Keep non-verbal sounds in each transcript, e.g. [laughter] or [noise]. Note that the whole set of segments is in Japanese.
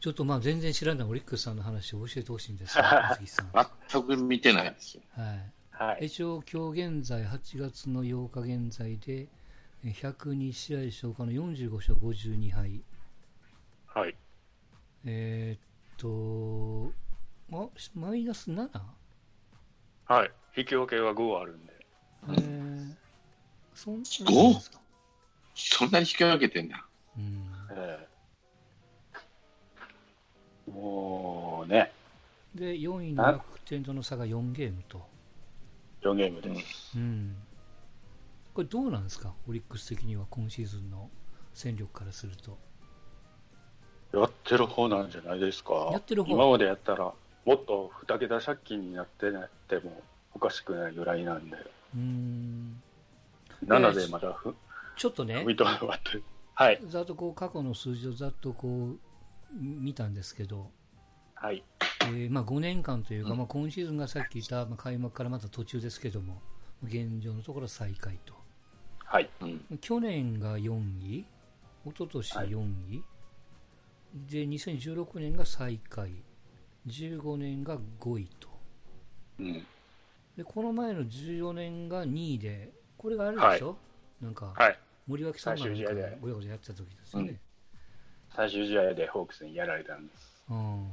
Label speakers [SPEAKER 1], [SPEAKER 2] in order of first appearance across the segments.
[SPEAKER 1] ちょっとまあ全然知らないオリックスさんの話を教えてほしいんですが、鈴木
[SPEAKER 2] [laughs]
[SPEAKER 1] さん。は
[SPEAKER 2] 全く見てないですよ。
[SPEAKER 3] はい
[SPEAKER 1] い。。一応今日現在、8月の8日現在で、え102試合消化の45勝52敗。
[SPEAKER 3] はい。
[SPEAKER 1] えーっと、あマイナス 7?
[SPEAKER 3] はい。引き分けは5あるんで。
[SPEAKER 1] えー、そんな
[SPEAKER 2] す
[SPEAKER 1] な
[SPEAKER 2] ご
[SPEAKER 1] ん
[SPEAKER 2] い
[SPEAKER 1] ですか。
[SPEAKER 2] そんなに引き分けてんだ。
[SPEAKER 1] うん
[SPEAKER 3] ええもうね、
[SPEAKER 1] で、4位の楽天との差が4ゲームと。
[SPEAKER 3] 4ゲームで。
[SPEAKER 1] うん、これどうなんですか、オリックス的には今シーズンの戦力からすると。
[SPEAKER 3] やってる方なんじゃないですか。
[SPEAKER 1] やってる方
[SPEAKER 3] 今までやったら、もっと2桁借金になってなってもおかしくないぐらいなんで、
[SPEAKER 1] うーん
[SPEAKER 3] 7でまだふ
[SPEAKER 1] ちょっとね
[SPEAKER 3] 踏、みとどまってる。はい。
[SPEAKER 1] ざっとこう過去の数字をざっとこう見たんですけど、
[SPEAKER 3] はい。
[SPEAKER 1] えーまあ、5年間というか、
[SPEAKER 2] うん
[SPEAKER 1] まあ、今シーズンがさっき言った、まあ、開幕からまた途中ですけども、現状のところ最下位と。
[SPEAKER 3] はい。
[SPEAKER 2] うん。
[SPEAKER 1] 去年が4位、一昨年
[SPEAKER 3] はい
[SPEAKER 1] 4位、で2016年が最下位、15年が5位と。
[SPEAKER 3] うん。
[SPEAKER 1] でこの前の14年が2位で、これがあるでしょ、なんか、
[SPEAKER 3] はい。
[SPEAKER 1] 森脇さんがなんか
[SPEAKER 3] 最終試合で
[SPEAKER 1] ごやごややってた時ですよね。
[SPEAKER 3] 最終試合でホークスにやられたんです。
[SPEAKER 1] うん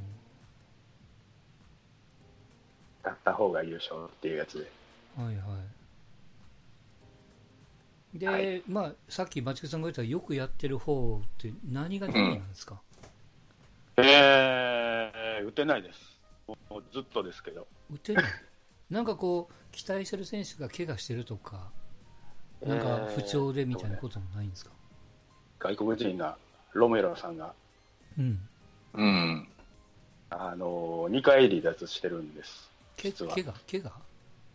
[SPEAKER 3] 勝った方が優勝っていうやつで。
[SPEAKER 1] はいはい。で、
[SPEAKER 3] はい
[SPEAKER 1] まあ、さっき町口さんが言ったよくやってる方って何が何位なんですか、
[SPEAKER 3] えー、打てないです。もうずっとですけど。
[SPEAKER 1] 打てない。なんかこう、期待してる選手が怪我してるとか、なんか不調でみたいなこともないんですか、
[SPEAKER 3] 外国人が、ロメロさんが、
[SPEAKER 1] うん。
[SPEAKER 2] うん。
[SPEAKER 3] あの2回離脱してるんです。
[SPEAKER 1] け
[SPEAKER 3] 実は
[SPEAKER 1] 怪我怪我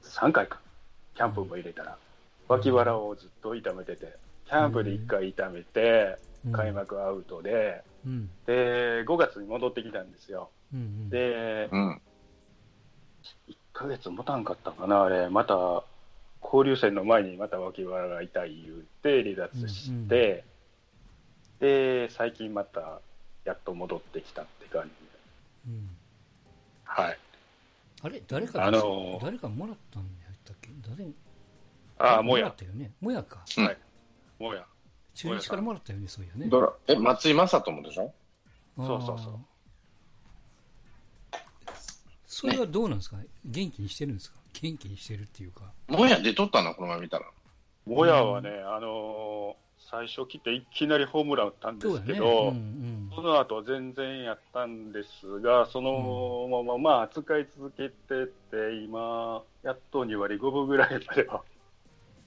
[SPEAKER 3] 3回か。キャンプも入れたら。脇腹をずっと痛めてて、キャンプで1回痛めて、
[SPEAKER 1] うん
[SPEAKER 3] 開幕アウトで、
[SPEAKER 1] うん。
[SPEAKER 3] で、5月に戻ってきたんですよ。
[SPEAKER 1] うんうん。
[SPEAKER 3] で、
[SPEAKER 2] うん。
[SPEAKER 3] 1ヶ月持たんかったかな、あれ。また、交流戦の前にまた脇腹が痛い言うて離脱して、で、最近また、やっと戻ってきたって感じで。
[SPEAKER 1] うん
[SPEAKER 3] はい。
[SPEAKER 1] あれ誰か、
[SPEAKER 3] あのー
[SPEAKER 1] 誰かもらったんだったっけ誰
[SPEAKER 3] ああ、
[SPEAKER 1] も
[SPEAKER 3] も
[SPEAKER 1] ら
[SPEAKER 3] や
[SPEAKER 1] っ。たよね。もやか。
[SPEAKER 3] もや。
[SPEAKER 1] 中日からもらったよね、そういやね。
[SPEAKER 2] ドラえ、松井正智でしょ
[SPEAKER 1] あー
[SPEAKER 3] そうそうそう。
[SPEAKER 1] それはどうなんですか、元気にしてるんですか元気にしてるっていうか。
[SPEAKER 2] もや出とったな、この前見たら。
[SPEAKER 3] もやはね、あのー最初来ていきなりホームラン打ったんで
[SPEAKER 1] そう
[SPEAKER 3] す
[SPEAKER 1] だ
[SPEAKER 3] け
[SPEAKER 1] ね。
[SPEAKER 3] ど、
[SPEAKER 1] うん
[SPEAKER 3] その後全然やったんですが、そのまま、まあ、扱い続けてて、今、やっと2割5分ぐらいまでは、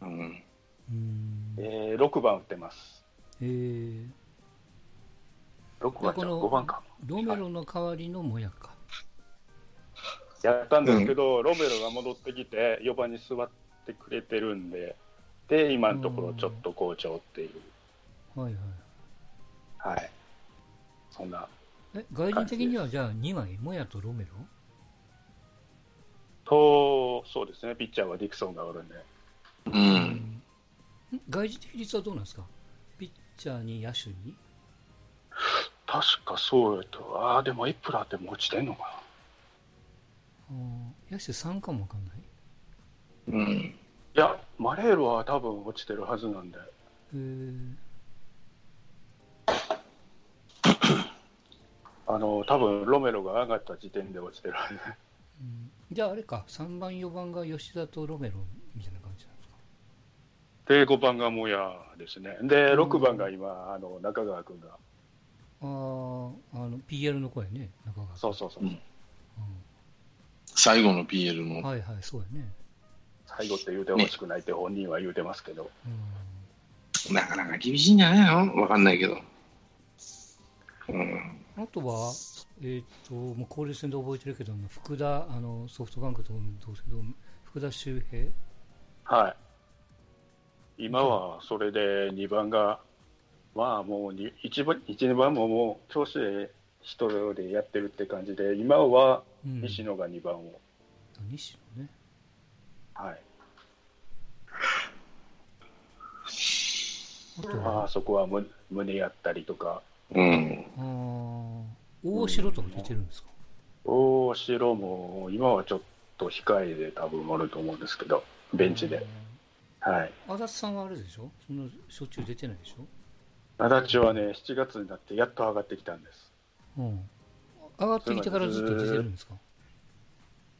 [SPEAKER 2] うん。
[SPEAKER 1] うん。うん
[SPEAKER 3] えー、6番打ってます。
[SPEAKER 1] えー、
[SPEAKER 3] 6番
[SPEAKER 1] こ
[SPEAKER 3] じゃ
[SPEAKER 1] の
[SPEAKER 3] 5番か。
[SPEAKER 1] ロメロの代わりのもやか。
[SPEAKER 3] やったんですけど、ロメロが戻ってきて、4番に座ってくれてるんで、で、今のところちょっと好調っていう、
[SPEAKER 1] はいはい。
[SPEAKER 3] はい。そんな、
[SPEAKER 1] え、外人的にはじゃあ2枚、もやとロメロ
[SPEAKER 3] と、そうですね、ピッチャーはディクソンがおるんで。
[SPEAKER 2] う。。
[SPEAKER 1] うん外人的比率はどうなんですかピッチャーに野手に
[SPEAKER 3] 確かそうやと、ああ、でもエプラーってもう落ちてんのか
[SPEAKER 1] あー野手3かもわかんない。
[SPEAKER 2] うん。
[SPEAKER 3] な。いや、マレールは多分落ちてるはずなんで、
[SPEAKER 1] えー
[SPEAKER 3] あの多分ロメロが上がった時点で落ちてるはず。
[SPEAKER 1] うんじゃああれか、3番、4番が吉田とロメロみたいな感じなんですか。
[SPEAKER 3] で、5番がモヤですね。で、6番が今、あの中川君が。
[SPEAKER 1] ああ、あの、PL の声ね、中川
[SPEAKER 3] そうそうそう。
[SPEAKER 2] うん最後の PL
[SPEAKER 1] うん。
[SPEAKER 2] の。
[SPEAKER 1] はいはい、そうやね。
[SPEAKER 3] 最後って言うてほしくないって本人は言うてますけど、
[SPEAKER 1] うん
[SPEAKER 2] なかなか厳しいんじゃないのわかんないけど。うん。
[SPEAKER 1] あとは、えーっと、もう交流戦で覚えてるけども、福田、あの、ソフトバンクと同世同福田周平、
[SPEAKER 3] はい。今はそれで2番が、まあもうに1番、1、2番ももう調子で一人でやってるって感じで、今は
[SPEAKER 1] うん
[SPEAKER 3] 西野が2番を。
[SPEAKER 1] あ西野ね。
[SPEAKER 3] はい。
[SPEAKER 1] あと
[SPEAKER 3] ま
[SPEAKER 1] は、
[SPEAKER 3] あそこはむ胸やったりとか、
[SPEAKER 2] うん。
[SPEAKER 1] あー大大城とか出てるんですか
[SPEAKER 3] 大城も今はちょっと控えで多分おると思うんですけど、ベンチで。はい。
[SPEAKER 1] 足立さんはあれでしょそんなしょっちゅう出てないでしょ
[SPEAKER 3] 足立はね、7月になってやっと上がってきたんです。
[SPEAKER 1] うん。上がってきてからずっと出てるんですか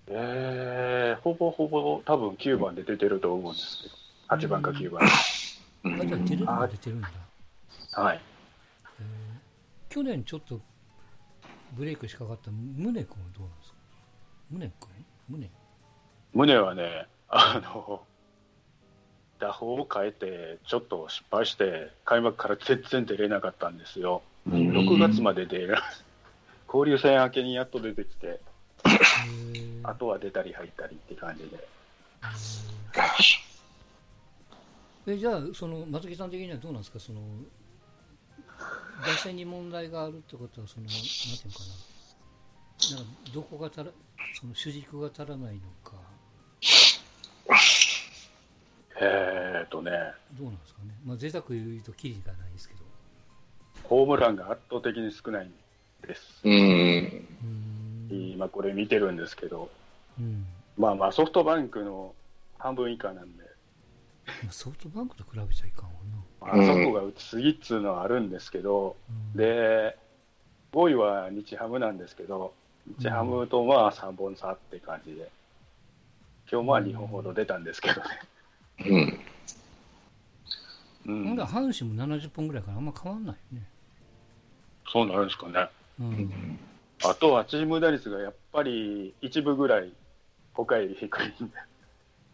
[SPEAKER 3] えー、ほぼほぼ多分9番で出てると思うんですけど、8番か9番。
[SPEAKER 2] う
[SPEAKER 1] あ、じゃあ出る
[SPEAKER 2] ん。
[SPEAKER 1] のは出てるんだ。
[SPEAKER 3] はい。
[SPEAKER 1] へえ去年ちょっとブレイクしかかった宗君はどうなんですか宗君宗
[SPEAKER 3] 胸はね、あの、打法を変えて、ちょっと失敗して、開幕から全然出れなかったんですよ。6月まで出れ交流戦明けにやっと出てきて、
[SPEAKER 1] へえ
[SPEAKER 3] あとは出たり入ったりって感じで。
[SPEAKER 2] Gosh.
[SPEAKER 1] えじゃあその松木さん的にはどうなんですかその打線に問題があるってことはそのなんていうのかななんかどこが足らその主軸が足らないのか
[SPEAKER 3] えーとね、
[SPEAKER 1] どうなんですかねまあ贅沢言うとキリがないですけど
[SPEAKER 3] ホームランが圧倒的に少ないんです。
[SPEAKER 2] うん。
[SPEAKER 1] うーん
[SPEAKER 3] 今これ見てるんですけど、
[SPEAKER 1] うん
[SPEAKER 3] まあまあソフトバンクの半分以下なんで、
[SPEAKER 1] まあソフトバンクと比べちゃいかんわ
[SPEAKER 3] まあ、そこが打ちすぎっつうのはあるんですけど、
[SPEAKER 1] な、うん、
[SPEAKER 3] で、5位は日ハムなんですけど、日ハムとまあ3本差って感じで、今日まあ2本ほど出たんですけどね。
[SPEAKER 2] うん。
[SPEAKER 3] う
[SPEAKER 1] ほん
[SPEAKER 3] ん
[SPEAKER 1] だら、阪神も70本ぐらいからあんま変わんないよね、
[SPEAKER 3] そうなるんですかね。
[SPEAKER 1] うん
[SPEAKER 3] あとはチーム打率がやっぱり一部ぐらい、他より低いんで、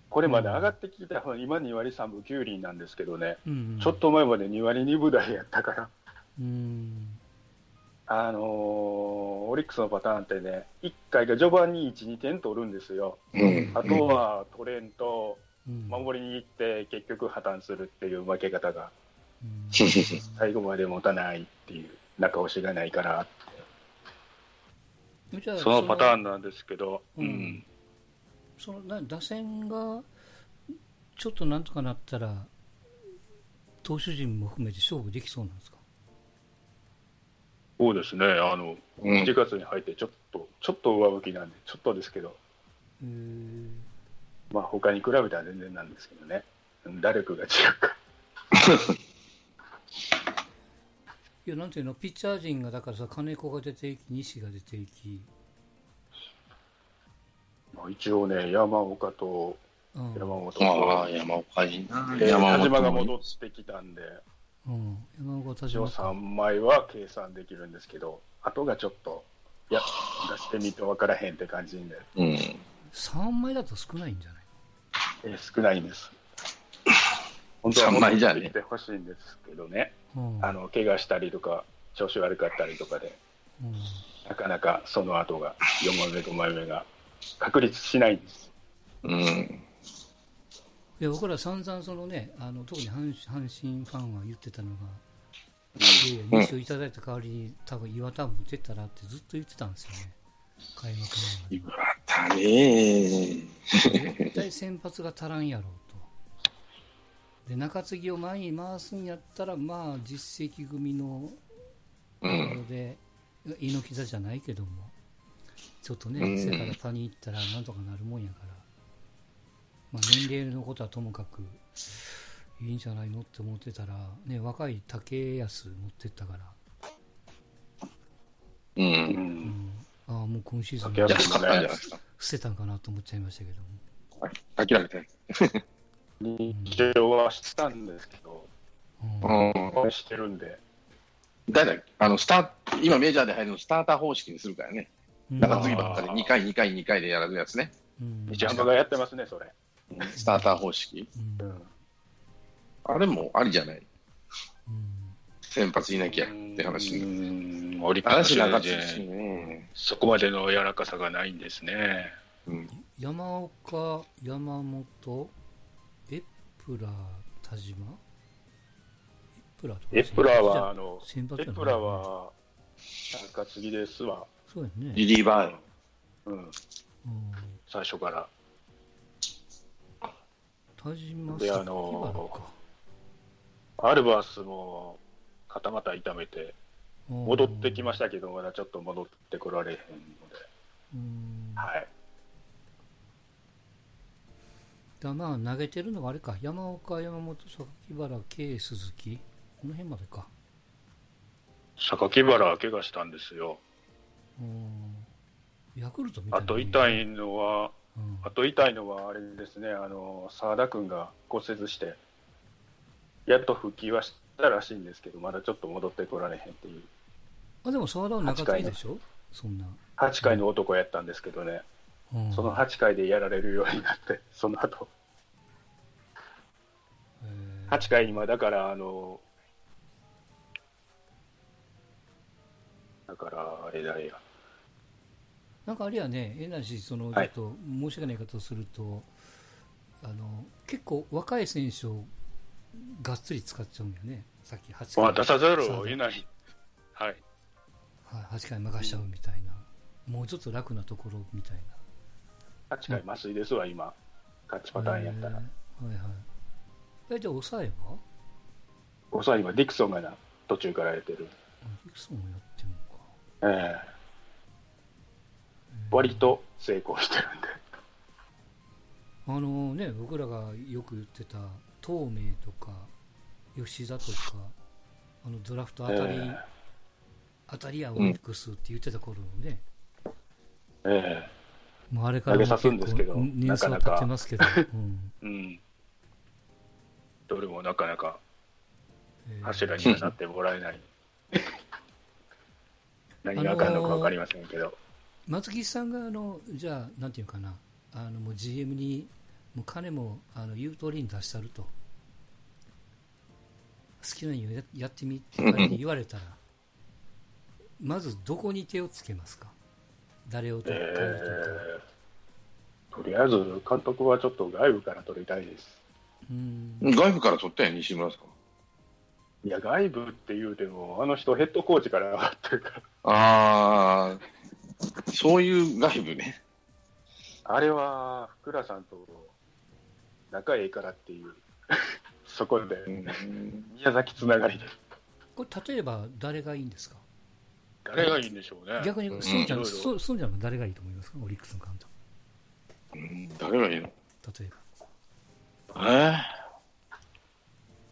[SPEAKER 3] これまで上がってきた、今2割3分9厘なんですけどね、
[SPEAKER 1] うん
[SPEAKER 3] ちょっと前まで2割2分台やったから、
[SPEAKER 1] うん
[SPEAKER 3] あのーオリックスのパターンってね、1回が序盤に1、2点取るんですよ、
[SPEAKER 2] うん。
[SPEAKER 3] あとは取れんと、
[SPEAKER 1] うん
[SPEAKER 3] 守りに行って、結局破綻するっていう負け方が、
[SPEAKER 1] うん
[SPEAKER 3] 最後まで持たないっていう、中押しがないから、
[SPEAKER 1] じゃあ
[SPEAKER 3] そのパターンなんですけど、
[SPEAKER 1] うんそのな打線がちょっとなんとかなったら投手陣も含めて勝負できそうなんですか
[SPEAKER 3] そうですね、あの
[SPEAKER 2] うん
[SPEAKER 3] 1月に入ってちょっと、ちょっと上向きなんで、ちょっとですけど、
[SPEAKER 1] へー
[SPEAKER 3] まあ他に比べたら全然なんですけどね、うん打力が違うか。
[SPEAKER 1] いやなんていうのピッチャー陣がだからさ金子が出ていき西が出ていき、
[SPEAKER 3] まあ、一応ね、山岡と
[SPEAKER 1] うん
[SPEAKER 3] 山本と、
[SPEAKER 2] ああ、山岡いいな。
[SPEAKER 3] で
[SPEAKER 2] 山
[SPEAKER 3] 田
[SPEAKER 2] 岡
[SPEAKER 3] 島
[SPEAKER 2] も
[SPEAKER 3] が戻ってきたんで、
[SPEAKER 1] うん、山岡田
[SPEAKER 3] 一応
[SPEAKER 1] 島
[SPEAKER 3] 3枚は計算できるんですけど、あとがちょっと、いや、出してみて分からへんって感じで、
[SPEAKER 2] うん。
[SPEAKER 1] 3枚だと少ないんじゃない
[SPEAKER 3] えー少ないんです。本
[SPEAKER 2] 三枚じゃね
[SPEAKER 3] 戻ってきてほしいんですけどね、
[SPEAKER 1] うん
[SPEAKER 3] あの怪我したりとか、調子悪かったりとかで。
[SPEAKER 1] うん
[SPEAKER 3] なかなかその後が、4枚目、5枚目が確立しないんです。
[SPEAKER 2] うん。
[SPEAKER 1] いや僕ら散々そのねあの特に阪神阪神ファンは言ってたのが、いやいや入手をいただいた代わりに多分岩田も出たらってずっと言ってたんですよね開幕前
[SPEAKER 2] 岩田ね。
[SPEAKER 1] まで絶対先発が足らんやろうとで中継ぎを前に回すんやったらまあ実績組の
[SPEAKER 2] う
[SPEAKER 1] ところ
[SPEAKER 2] ん。
[SPEAKER 1] で、猪木座じゃないけどもちょっとね、
[SPEAKER 2] うん
[SPEAKER 1] 背から他に行ったらなんとかなるもんやから、まあ、年齢のことはともかくいいんじゃないのって思ってたら、ね、若い竹安持ってったから、
[SPEAKER 2] う。
[SPEAKER 3] う
[SPEAKER 1] う
[SPEAKER 3] ん。
[SPEAKER 1] んん、ああもう今シーズ
[SPEAKER 3] 竹安
[SPEAKER 1] ン
[SPEAKER 2] 安かったんじゃないですか。
[SPEAKER 1] 捨てたんかなと思っちゃいましたけども、
[SPEAKER 2] 諦めて。
[SPEAKER 3] 一応はしたんですけど、
[SPEAKER 1] うん
[SPEAKER 2] うん。
[SPEAKER 3] 応援してるんで、
[SPEAKER 2] だいたい、あの、スター、今メジャーで入るのスターター方式にするからね。
[SPEAKER 1] うん
[SPEAKER 2] 中継ぎばっかり2回、2回、2回でやるやつね。
[SPEAKER 1] うん
[SPEAKER 3] ジャンプがやってますね、それ。
[SPEAKER 2] スターター方式。
[SPEAKER 1] うん
[SPEAKER 3] うん
[SPEAKER 2] あれもありじゃな
[SPEAKER 1] う
[SPEAKER 2] い
[SPEAKER 1] ん
[SPEAKER 2] 先発いなきゃって話になる。
[SPEAKER 3] うんオリック
[SPEAKER 2] 話
[SPEAKER 3] ス
[SPEAKER 2] なか
[SPEAKER 3] な
[SPEAKER 2] っ
[SPEAKER 3] ん
[SPEAKER 2] た
[SPEAKER 3] で
[SPEAKER 2] しね。
[SPEAKER 3] そこまでの柔らかさがないんですね。
[SPEAKER 2] うん。
[SPEAKER 1] 山岡、山本、エプラー、田島エプラーとか
[SPEAKER 3] エプラーは、あの、
[SPEAKER 1] 先発
[SPEAKER 3] エ
[SPEAKER 1] じゃない
[SPEAKER 3] プラーは、中継ぎですわ。
[SPEAKER 1] そうやね、
[SPEAKER 2] リリーバーよ。
[SPEAKER 3] うん、
[SPEAKER 1] うん、
[SPEAKER 3] 最初から。
[SPEAKER 1] 田島
[SPEAKER 3] であ
[SPEAKER 1] 榊原
[SPEAKER 3] の
[SPEAKER 1] か
[SPEAKER 3] アルバースも、肩股痛めて、戻ってきましたけど、まだちょっと戻ってこられへんので、
[SPEAKER 1] うんだか
[SPEAKER 3] はい、
[SPEAKER 1] らまあ投げてるのがあれか山岡山本榊原 K 鈴木この辺までか
[SPEAKER 3] 榊原は怪我したんですよ、
[SPEAKER 1] うんヤクルトみたい
[SPEAKER 3] あ
[SPEAKER 1] な
[SPEAKER 3] と痛
[SPEAKER 1] い、
[SPEAKER 3] いのは、
[SPEAKER 1] うん
[SPEAKER 3] あと痛いのはあれですね、あの澤田君が骨折して、やっと復帰はしたらしいんですけど、まだちょっと戻ってこられへんっていう、
[SPEAKER 1] あでも沢田は中継ぎでしょそんな、
[SPEAKER 3] 8回の男やったんですけどね、
[SPEAKER 1] うん
[SPEAKER 3] その8回でやられるようになって、その後
[SPEAKER 1] えー
[SPEAKER 3] 8回にはだからあのだからあれだよ
[SPEAKER 1] なんかあれやね、えなし、そのちょ
[SPEAKER 3] は
[SPEAKER 1] っ
[SPEAKER 3] い
[SPEAKER 1] と申し訳ない言い方をすると、あの結構若い選手をがっつり使っちゃうんだよね、さっき8回、
[SPEAKER 3] まあ出さざるを得ないはい
[SPEAKER 1] はい、8回任しちゃうみたいな、もうちょっと楽なところみたいな。
[SPEAKER 3] 8回麻酔ですわ今勝ちパターンやったら
[SPEAKER 1] えーはいはい。えじゃあ、抑えは
[SPEAKER 3] 遅い今ディクソンがな途中からやってる
[SPEAKER 1] あディクソンもやってるのか。
[SPEAKER 3] ええ割と成功 [laughs] してるんで
[SPEAKER 1] あのね、僕らがよく言ってた東明とか吉田とかあのドラフト当たり、
[SPEAKER 3] ええ
[SPEAKER 1] 当たりやオリックスって言ってた頃のね、
[SPEAKER 3] え
[SPEAKER 1] もうあれからも
[SPEAKER 3] 投げさすんですけど
[SPEAKER 1] 結構年数は経ってますけど、うん
[SPEAKER 3] えうんどれもなかなか
[SPEAKER 1] えー
[SPEAKER 3] 柱にはなってもらえ [laughs] ない何があかんのか分かりませんけど、
[SPEAKER 1] 松木さんがあのじゃあなんていうかなあのもう GM にもう金もあの言う通りに出したると好きなようにややってみって仮に言われ
[SPEAKER 3] [laughs]
[SPEAKER 1] たらまずどこに手をつけますか誰を取っ
[SPEAKER 3] え
[SPEAKER 1] たりとか、
[SPEAKER 3] ーとりあえず監督はちょっと外部から取りたいです。
[SPEAKER 1] うん
[SPEAKER 2] 外部から取ったんや、西村さん。
[SPEAKER 3] いや、外部って言うても、あの人、ヘッドコーチから上がってるか
[SPEAKER 2] あ
[SPEAKER 3] ら、
[SPEAKER 2] あ、そういう外部ね。
[SPEAKER 3] あれは福良さんと仲ええからっていう、 [laughs] そこで、宮崎つながりで。
[SPEAKER 1] これ例えば誰がいいんですか
[SPEAKER 3] 誰がいいんでしょうね。
[SPEAKER 1] 逆に孫ちゃ
[SPEAKER 3] うんん
[SPEAKER 1] 孫孫ちゃんは誰がいいと思いますかオリックスの監督
[SPEAKER 2] うん誰がいいの
[SPEAKER 1] 例えば
[SPEAKER 2] えー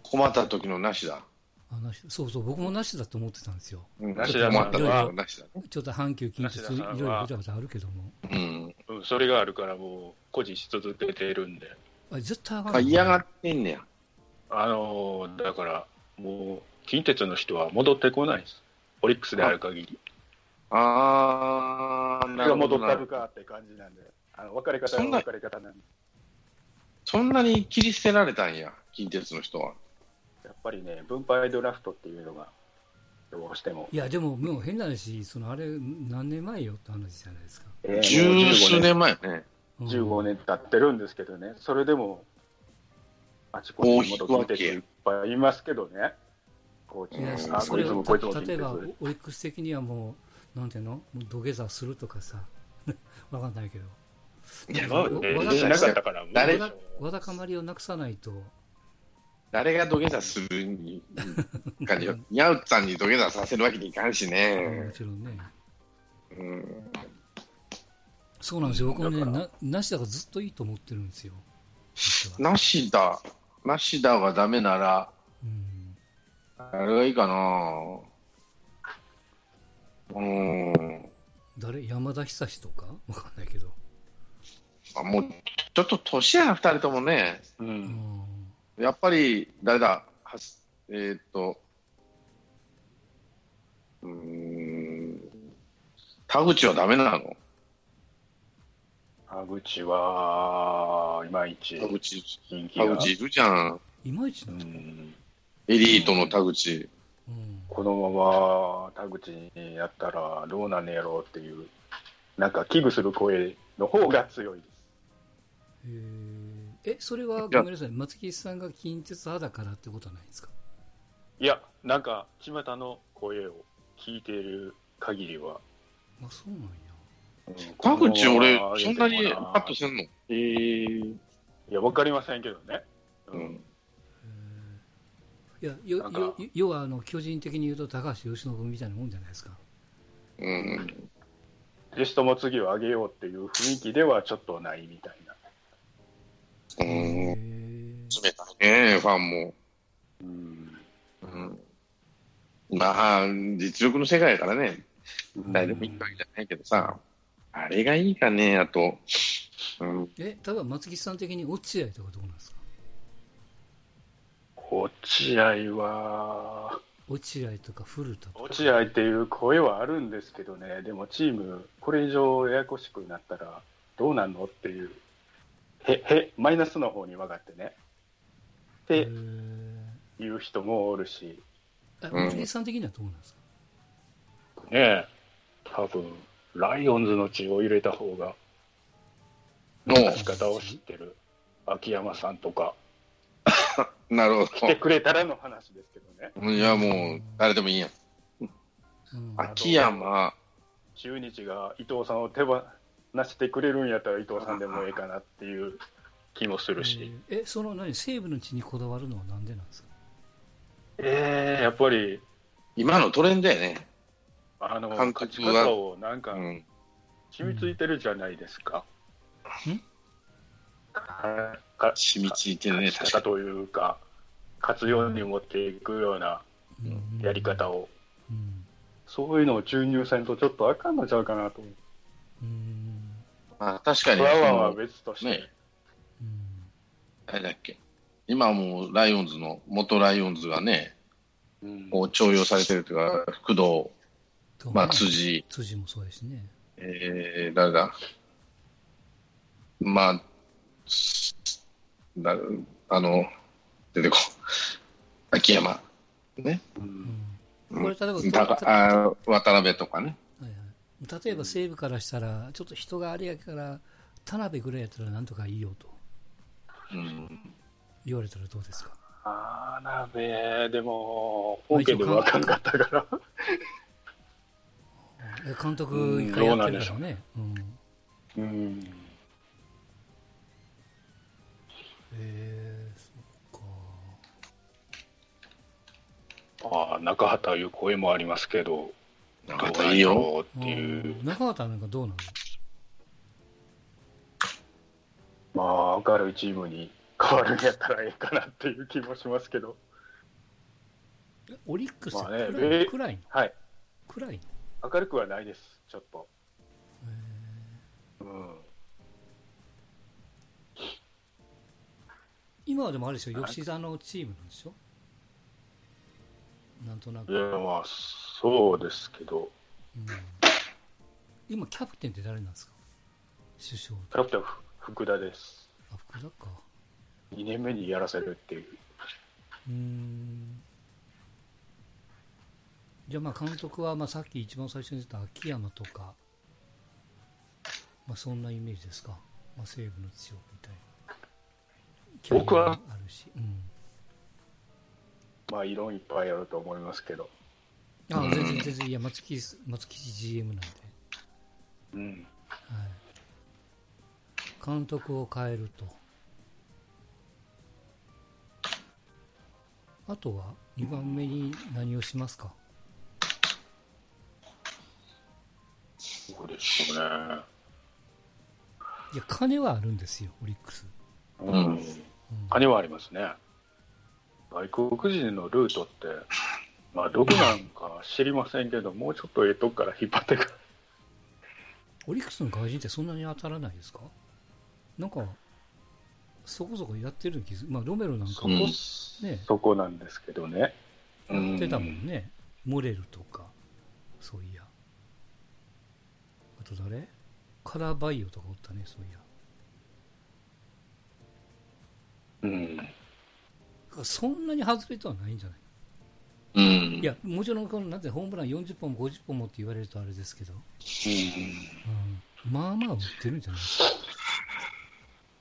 [SPEAKER 2] 困った時のなしだ。
[SPEAKER 1] あの人そうそう僕もなしだと思ってたんですよ
[SPEAKER 2] うん
[SPEAKER 3] な
[SPEAKER 1] しだな
[SPEAKER 2] 困った時のなしだね。
[SPEAKER 1] ちょっと阪急近鉄
[SPEAKER 3] 梨田さ
[SPEAKER 1] い
[SPEAKER 3] ん
[SPEAKER 1] ろ
[SPEAKER 3] はい
[SPEAKER 1] ろごちゃごちゃあるけども、
[SPEAKER 2] うん。
[SPEAKER 3] うんそれがあるから、もう、個人し続けてるんで、
[SPEAKER 1] あ絶対上がら
[SPEAKER 2] あ
[SPEAKER 1] ない。
[SPEAKER 2] 嫌がってんねや。
[SPEAKER 3] あのーだから、もう、近鉄の人は戻ってこないです。オリックスである限り。
[SPEAKER 2] ああ、
[SPEAKER 3] 誰が戻ったるかって感じなんで、あの別れ方
[SPEAKER 2] そ
[SPEAKER 3] は
[SPEAKER 2] んな
[SPEAKER 3] 別れ方なんで。
[SPEAKER 2] そんなに切り捨てられたんや、近鉄の人は。
[SPEAKER 3] やっぱりね、分配ドラフトっていうのが、どうしても、
[SPEAKER 1] いや、でも、もう変な話、そのあれ、何年前よって話じゃないですか。
[SPEAKER 3] えー
[SPEAKER 2] 十
[SPEAKER 3] も
[SPEAKER 2] 数
[SPEAKER 3] う15
[SPEAKER 2] 年前ね。
[SPEAKER 1] うん
[SPEAKER 3] 15年経ってるんですけどね、それでも、あちこちに戻ってきていっぱいいますけどね、コ
[SPEAKER 1] いや
[SPEAKER 3] ーチ、
[SPEAKER 2] うん
[SPEAKER 3] あ、
[SPEAKER 1] そ
[SPEAKER 3] こい
[SPEAKER 1] れ
[SPEAKER 3] つも
[SPEAKER 1] を
[SPEAKER 3] こいつも
[SPEAKER 1] た
[SPEAKER 3] 近
[SPEAKER 1] 例え
[SPEAKER 3] 鉄
[SPEAKER 1] ば、オリックス的にはもう、なんていうの、もう土下座するとかさ、 [laughs] わかんないけど、
[SPEAKER 2] いや
[SPEAKER 1] まあ
[SPEAKER 2] え
[SPEAKER 1] わ
[SPEAKER 3] え
[SPEAKER 1] ざわざ
[SPEAKER 3] なかったから、
[SPEAKER 2] 誰
[SPEAKER 1] わだわだかまりをなくさないと、
[SPEAKER 2] 誰が土下座するに、かに、にゃうさんに土下座させるわけにいかんし
[SPEAKER 1] も
[SPEAKER 2] ね。
[SPEAKER 1] ちろんね、
[SPEAKER 2] うん。
[SPEAKER 1] そうなんですよ、僕もね、
[SPEAKER 3] だか
[SPEAKER 1] ななしだからずっといいと思ってるんですよ、実は。
[SPEAKER 2] なしだ、なしだがダメなら、
[SPEAKER 1] うん、
[SPEAKER 2] あれがいいかな。うん。
[SPEAKER 1] 誰、山田久志とか、わかんないけど。
[SPEAKER 2] あもう、ちょっと年やな、二人ともね。
[SPEAKER 3] う、
[SPEAKER 1] うんん
[SPEAKER 2] やっぱり、誰だ、はすえーっと、うーん、田口はダメなの
[SPEAKER 3] 田口は、いまいち
[SPEAKER 2] 田口、
[SPEAKER 3] 人気
[SPEAKER 2] 田
[SPEAKER 3] が、
[SPEAKER 2] 口いるじゃん。
[SPEAKER 1] いまいちな
[SPEAKER 3] うん
[SPEAKER 1] ですか、
[SPEAKER 3] ん、
[SPEAKER 2] エリートの田口。
[SPEAKER 1] うん
[SPEAKER 3] このまま田口にやったらどうなんねやろうっていう、なんか危惧する声の方が強いです。
[SPEAKER 1] へーえ、それはごめんなさい、松木さんが近鉄派だからってことはないんですか
[SPEAKER 3] いや、なんか、巷の声を聞いている限りは、
[SPEAKER 1] あ、そうなんや。
[SPEAKER 2] 田口、俺、そ
[SPEAKER 3] こ
[SPEAKER 2] んな
[SPEAKER 3] のまま
[SPEAKER 2] に
[SPEAKER 3] 上げて
[SPEAKER 2] パ
[SPEAKER 3] こ
[SPEAKER 2] ッとせんのえー、
[SPEAKER 3] いや、わかりませんけどね。
[SPEAKER 2] うん。
[SPEAKER 1] へーいいやよ
[SPEAKER 3] なんか
[SPEAKER 1] よ要はあの巨人的に言うと高橋由伸みたいなもんじゃないですか。
[SPEAKER 2] うん。
[SPEAKER 3] リストも次を上げようっていう雰囲気ではちょっとないみたいな。
[SPEAKER 2] うん。
[SPEAKER 1] へー
[SPEAKER 2] 冷たいね、ファンも。
[SPEAKER 3] うん。
[SPEAKER 2] うん。まあ、実力の世界だからね、誰でもいいわけじゃないけどさ、あれがいいかね、あと。うん。
[SPEAKER 1] え、ただ松木さん的に落合とかどうなんですか
[SPEAKER 3] 落合は、
[SPEAKER 1] 落合とか古田とか。
[SPEAKER 3] 落合っていう声はあるんですけどね、でもチーム、これ以上ややこしくなったらどうなんのっていう、へ、へ、マイナスの方に分かってね、
[SPEAKER 1] へ
[SPEAKER 3] っ
[SPEAKER 1] ー
[SPEAKER 3] ていう人もおるし、
[SPEAKER 1] え
[SPEAKER 2] うん
[SPEAKER 1] 松木さん的にはどうなんですか
[SPEAKER 3] ねえ、多分ライオンズの血を入れた方が、
[SPEAKER 2] も
[SPEAKER 3] 生き方を知ってる秋山さんとか、
[SPEAKER 2] う、なる
[SPEAKER 3] 来
[SPEAKER 2] ほ
[SPEAKER 3] てくれたらの話ですけどね、 [laughs]
[SPEAKER 2] ど。いや、もう、誰でもいいやん。
[SPEAKER 1] うん
[SPEAKER 2] 秋山、
[SPEAKER 3] 中日が伊藤さんを手放してくれるんやったら伊藤さんでもええかなっていう気もするし。
[SPEAKER 1] えその何西武の地にこだわるのはなんでなんですか
[SPEAKER 3] えー、やっぱり、
[SPEAKER 2] 今のトレンドやね。
[SPEAKER 3] あの、
[SPEAKER 2] 監督
[SPEAKER 3] 勝ち
[SPEAKER 2] は
[SPEAKER 3] 方をなんか
[SPEAKER 2] う、ん。
[SPEAKER 3] 染みついてるじゃないですか。
[SPEAKER 1] うん
[SPEAKER 3] かか
[SPEAKER 2] 染みついてるね、
[SPEAKER 3] 勝
[SPEAKER 2] 確
[SPEAKER 3] ち
[SPEAKER 2] か
[SPEAKER 3] 方というか、勝つように持っていくような
[SPEAKER 1] うん
[SPEAKER 3] やり方を、
[SPEAKER 1] うん
[SPEAKER 3] そういうのを注入せんとちょっとあかんのちゃうかなと思う。
[SPEAKER 1] うん
[SPEAKER 2] に。まあ、確かに。
[SPEAKER 3] フラワーは別として、
[SPEAKER 2] ね
[SPEAKER 1] うん
[SPEAKER 2] あれだっけ。今はもう、ライオンズの、元ライオンズがね、
[SPEAKER 3] うん
[SPEAKER 2] もう徴用されてるというか、福藤、
[SPEAKER 1] と
[SPEAKER 2] まあ、辻、
[SPEAKER 1] 辻もそうですね
[SPEAKER 2] えー、誰だまあ、だあの、出てこ、秋山、ね、
[SPEAKER 1] うん
[SPEAKER 2] うん
[SPEAKER 1] これ例えば
[SPEAKER 2] だかあ渡辺とかね、
[SPEAKER 1] はいはい、例えば西武からしたら、ちょっと人があれやから、田辺ぐらいやったらなんとかいいよと
[SPEAKER 2] うん、
[SPEAKER 1] 言われたらどうですか、
[SPEAKER 3] あー、なべ、でも、OK で分かんかったから。
[SPEAKER 1] え監督、一回やってるからね、うん
[SPEAKER 3] うん。
[SPEAKER 1] えー、そっか、
[SPEAKER 3] あー中畑いう声もありますけど、
[SPEAKER 2] なんかいいよ、
[SPEAKER 3] っていう
[SPEAKER 1] う。ん中畑なんかどうなの
[SPEAKER 3] まあ、明るいチームに変わるんやったらええかなっていう気もしますけど、
[SPEAKER 1] えオリックス
[SPEAKER 3] まあね
[SPEAKER 1] 暗い
[SPEAKER 3] え
[SPEAKER 1] 暗いの
[SPEAKER 3] はい、
[SPEAKER 1] 暗いの
[SPEAKER 3] 明るくはないです、ちょっと。
[SPEAKER 1] え
[SPEAKER 3] うん、
[SPEAKER 1] ー今はでもあれでしょ、吉田のチームなんでしょなんとなく、
[SPEAKER 3] いや、まあ、そうですけど、
[SPEAKER 1] うん今、キャプテンって誰なんですか首相
[SPEAKER 3] キャプテンは福田です。
[SPEAKER 1] あ、福田か。
[SPEAKER 3] 2年目にやらせるっていう。
[SPEAKER 1] うーんじゃあまあ監督はまあさっき一番最初に出た秋山とか、まあ、そんなイメージですか、まあ、西武の強みたいなキャリア
[SPEAKER 3] 僕は
[SPEAKER 1] もあるし、うん、
[SPEAKER 3] まあ、異論いっぱいあると思いますけど。
[SPEAKER 1] あ全然全然いや松木松木 GM なんで、
[SPEAKER 3] うん。
[SPEAKER 1] はい、監督を変えるとあとは2番目に何をしますか、
[SPEAKER 3] そうでしょうね。
[SPEAKER 1] いや金はあるんですよオリックス
[SPEAKER 3] うん。
[SPEAKER 2] うん
[SPEAKER 1] うん
[SPEAKER 3] 金はありますね。外国人のルートって、まあ、どこなんか知りませんけど、もうちょっとええとこから引っ張ってく
[SPEAKER 1] オリックスの外人ってそんなに当たらないですかなんか、そこそこやってる気づまあ、ロメロなんか
[SPEAKER 3] そ
[SPEAKER 1] も
[SPEAKER 2] う
[SPEAKER 1] ね、
[SPEAKER 2] ん
[SPEAKER 3] こ、そこなんですけどね。
[SPEAKER 1] やってたもんね。モレルとか、そういや。あと誰カラバイオとかおったね、そういや。
[SPEAKER 3] うん。
[SPEAKER 1] だからそんなに外れとはないんじゃない
[SPEAKER 2] うん
[SPEAKER 1] い、や、もちろん、このなんてホームラン40本も50本もって言われるとあれですけど、
[SPEAKER 3] うん
[SPEAKER 1] うん、まあまあ打ってるんじゃないですか。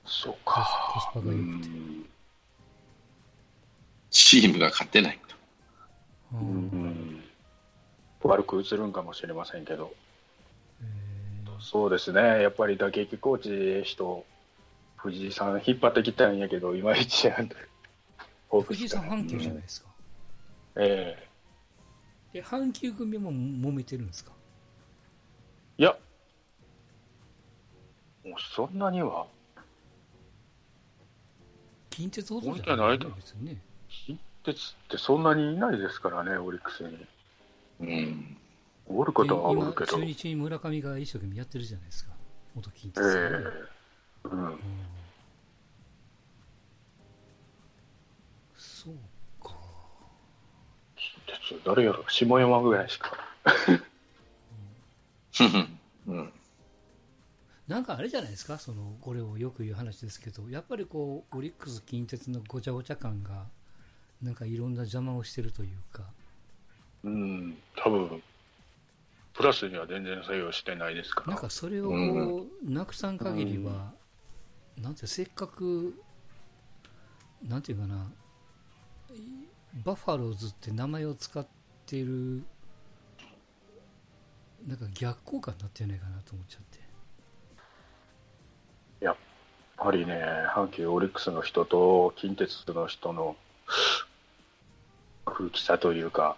[SPEAKER 3] そうか。
[SPEAKER 1] コスパ
[SPEAKER 3] う
[SPEAKER 1] が良くて。
[SPEAKER 3] ん。
[SPEAKER 2] チームが勝てないと、
[SPEAKER 1] う
[SPEAKER 3] うんん悪く映るんかもしれませんけど、
[SPEAKER 1] えー
[SPEAKER 3] そうですね、やっぱり打撃コーチええ人、藤井さん引っ張ってきたんやけど、いまいちやん。
[SPEAKER 1] 藤井さん、阪急じゃない
[SPEAKER 3] い
[SPEAKER 1] ですか。
[SPEAKER 3] ええ
[SPEAKER 1] で阪急組も揉めてるんですか
[SPEAKER 3] いや、もうそんなには、
[SPEAKER 1] 近鉄ほどじ
[SPEAKER 3] 本当
[SPEAKER 1] ゃ
[SPEAKER 3] は
[SPEAKER 1] な
[SPEAKER 3] ないいと
[SPEAKER 1] 別にね
[SPEAKER 3] 近鉄ってそんなにいないですからね、オリックスに。
[SPEAKER 2] うん。 [laughs]
[SPEAKER 3] おることはおるけ
[SPEAKER 1] 今
[SPEAKER 3] ど、
[SPEAKER 1] 中
[SPEAKER 3] え
[SPEAKER 1] 日に村上が一生懸命やってるじゃないですか元近
[SPEAKER 3] え
[SPEAKER 1] 鉄、ね
[SPEAKER 3] うん、
[SPEAKER 1] うんそうか
[SPEAKER 3] 近鉄誰やろ、下山ぐらいしか。
[SPEAKER 2] うん。
[SPEAKER 1] なんかあれじゃないですかそのこれをよく言う話ですけどやっぱりこうオリックス近鉄のごちゃごちゃ感がなんかいろんな邪魔をしてるというか
[SPEAKER 3] うん、多分プラスには全然作用してないですから。
[SPEAKER 1] なんかそれをこうなくさん限りは、なんてせっかくなんていうかないバファローズって名前を使ってるなんか逆効果になってないかなと思っちゃって
[SPEAKER 3] やっぱりね、阪急オリックスの人と近鉄の人の空気差というか、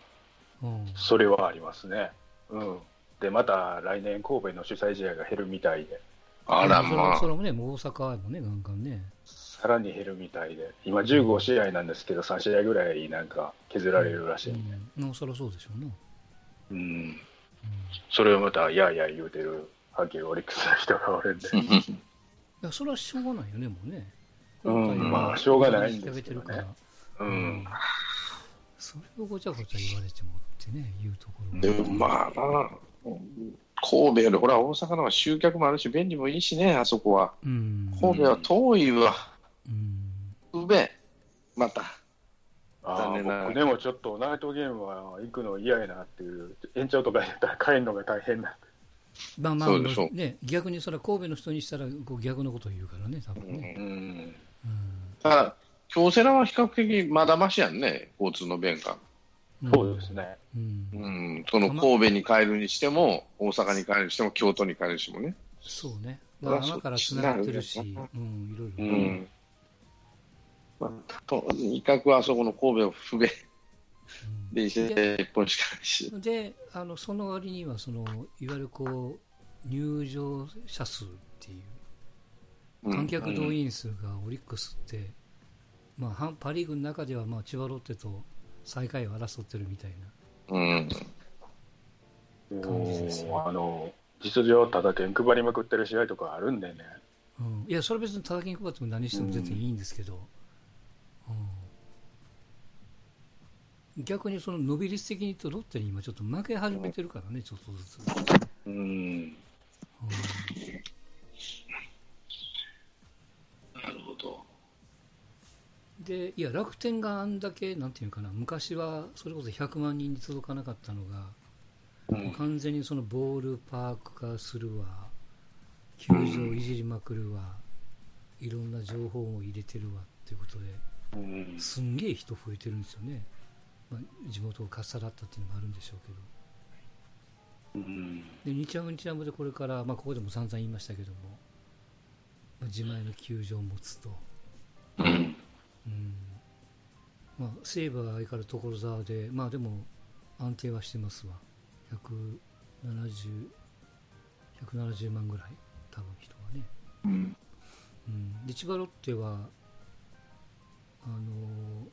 [SPEAKER 1] うん
[SPEAKER 3] それはありますね。うん、で、また来年、神戸の主催試合が減るみたいで、
[SPEAKER 2] あら、
[SPEAKER 1] それも
[SPEAKER 2] まあ
[SPEAKER 1] そ。れもねもう大阪もねガンガンね
[SPEAKER 3] さらに減るみたいで、今15試合なんですけど、3試合ぐらいなんか削られるらしいんで、
[SPEAKER 1] うん、うんそりゃそうでしょうな、
[SPEAKER 3] うん、
[SPEAKER 1] うん
[SPEAKER 3] それをまた、いやいや言うてる阪急オリックスの人がおるんで、
[SPEAKER 2] [laughs]
[SPEAKER 1] いや、それはしょうがないよね、もうね。
[SPEAKER 3] うん
[SPEAKER 1] 今回は
[SPEAKER 3] まあしょうがないんですけ
[SPEAKER 1] 引き上げてる
[SPEAKER 3] どね
[SPEAKER 1] から
[SPEAKER 3] うん、
[SPEAKER 1] それをごちゃごちゃ言われてもってね、言うところ
[SPEAKER 2] でもまあな、神戸より、ほら、大阪の方が集客もあるし、便利もいいしね、あそこは。
[SPEAKER 1] うん。
[SPEAKER 2] 神戸は遠いわ。
[SPEAKER 1] うん。
[SPEAKER 2] うべ、また。
[SPEAKER 3] あ
[SPEAKER 2] 残
[SPEAKER 3] ー
[SPEAKER 2] 念ながら
[SPEAKER 3] 僕でもちょっとナイトゲームは行くの嫌やなっていう、延長とかやったら帰るのが大変な、
[SPEAKER 1] まあまあ
[SPEAKER 2] そうでしょ、う
[SPEAKER 1] ね、逆にそれは神戸の人にしたらこう逆のことを言うからね、多分ね。
[SPEAKER 3] うん、
[SPEAKER 1] うん
[SPEAKER 2] ただ、京セラは比較的まだましやんね、交通の便が。
[SPEAKER 3] そうです。ね、
[SPEAKER 1] うん。
[SPEAKER 2] う
[SPEAKER 1] うん
[SPEAKER 2] ん、その神戸に帰るにしても、大阪に帰るにしても、京都に帰るにしてもね。
[SPEAKER 1] そうね。だから穴から繋がってるし、
[SPEAKER 2] そりゃ
[SPEAKER 1] うん、いろいうろ。
[SPEAKER 2] うんん。まあ、とにかくあそこの神戸を不便で、一本しかないし。
[SPEAKER 1] うんで、あの、その割には、その、いわゆるこう、入場者数っていう。
[SPEAKER 2] うん
[SPEAKER 1] 観客動員数がオリックスって、まあはん、パ・リーグの中ではまあ千葉ロッテと最下位を争ってるみたい
[SPEAKER 2] うん。
[SPEAKER 1] 感じですね
[SPEAKER 3] もうあの実情、ただ券配りまくってる試合とかあるんでね、
[SPEAKER 1] な、うん、いや、それは別に叩きに配っても何しても全然いいんですけど、うん逆にその伸び率的に言うと、ロッテに今、ちょっと負け始めてるからね、ちょっとずつ。
[SPEAKER 3] うん、
[SPEAKER 1] うん
[SPEAKER 2] なるほど。
[SPEAKER 1] でいや楽天があんだけ、なんていうかな、昔はそれこそ100万人に届かなかったのが、もう完全にそのボールパーク化するわ、球場いじりまくるわ、いろんな情報も入れてるわっていうことで、
[SPEAKER 3] うん、
[SPEAKER 1] すんげえ人増えてるんですよね、まあ、地元をかっさらったっていうのもあるんでしょうけど、
[SPEAKER 3] うん、
[SPEAKER 1] で日ハム日ハムでこれから、まあ、ここでも散々言いましたけども、まあ、自前の球場を持つと。
[SPEAKER 2] うん。
[SPEAKER 1] うんまあ、セーバーは相変わらず所沢で、まあでも安定はしてますわ。170、170万ぐらい、多分人はね。
[SPEAKER 2] うん。
[SPEAKER 1] うん、で、千葉ロッテは、あのー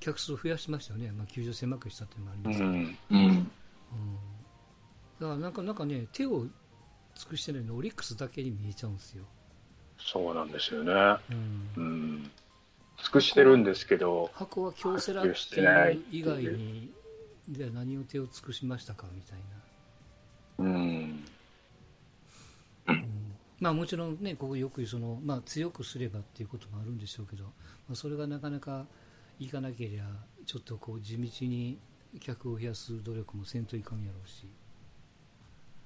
[SPEAKER 1] 客数増やしましたよね。まあ、球場狭くしたっていうのもあり
[SPEAKER 3] う
[SPEAKER 1] ますけど、うん
[SPEAKER 3] ん、
[SPEAKER 2] うん。
[SPEAKER 1] だからなんか、なんかね、手を尽くしてないの、オリックスだけに見えちゃうんですよ。
[SPEAKER 3] そうなんですよね、
[SPEAKER 1] うん
[SPEAKER 3] うん、尽くしてるんですけど、
[SPEAKER 1] 箱は京セラっていう以外にで何を手を尽くしましたかみたい
[SPEAKER 3] うん、
[SPEAKER 1] な、うんまあもちろんねここよく言うその、まあ、強くすればっていうこともあるんでしょうけど、まあ、それがなかなかいかなければちょっとこう地道に客を増やす努力もせんといかんやろうし、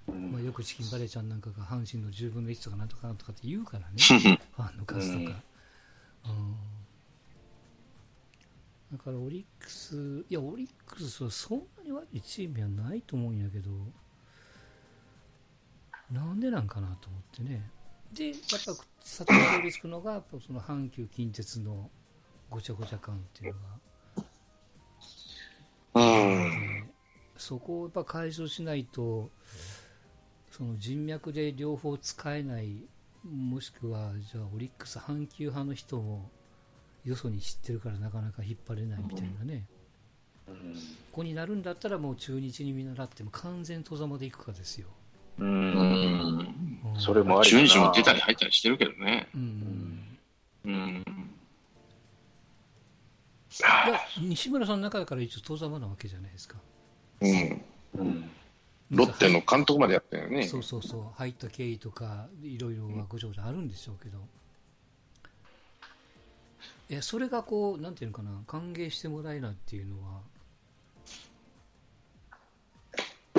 [SPEAKER 3] うん
[SPEAKER 1] まあ、よくチキンバレーちゃんなんかが阪神の10分の1とかなんとかなんとかって言うからねファンの数とか、うんだからオリックスいやオリックスはそんなに悪いチームやないと思うんやけどなんでなんかなと思ってねでやっぱ佐藤勝利つくのがやっぱその阪急近鉄のごちゃごちゃ感っていうのが
[SPEAKER 2] うん。
[SPEAKER 1] ねそこをやっぱ解消しないとその人脈で両方使えないもしくはじゃあオリックス阪急派の人もよそに知ってるからなかなか引っ張れないみたいなね、ここになるんだったらもう中日に見習っても完全戸ざまでいくかですよ、
[SPEAKER 3] う。
[SPEAKER 2] うんん。
[SPEAKER 1] うん
[SPEAKER 3] それもありか
[SPEAKER 2] 中
[SPEAKER 3] な
[SPEAKER 2] 日も出たり入ったりしてるけどね。
[SPEAKER 1] うん
[SPEAKER 2] うん。
[SPEAKER 1] いや西村さんの中だから一応遠ざまなわけじゃないですか
[SPEAKER 2] うん。
[SPEAKER 3] うん。
[SPEAKER 2] ロッテの監督までやったよね。
[SPEAKER 1] そうそうそう入った経緯とかいろいろはごちゃごちゃあるんでしょうけど、いやそれがこうなんていうのかな歓迎してもらえないっていうのは
[SPEAKER 2] う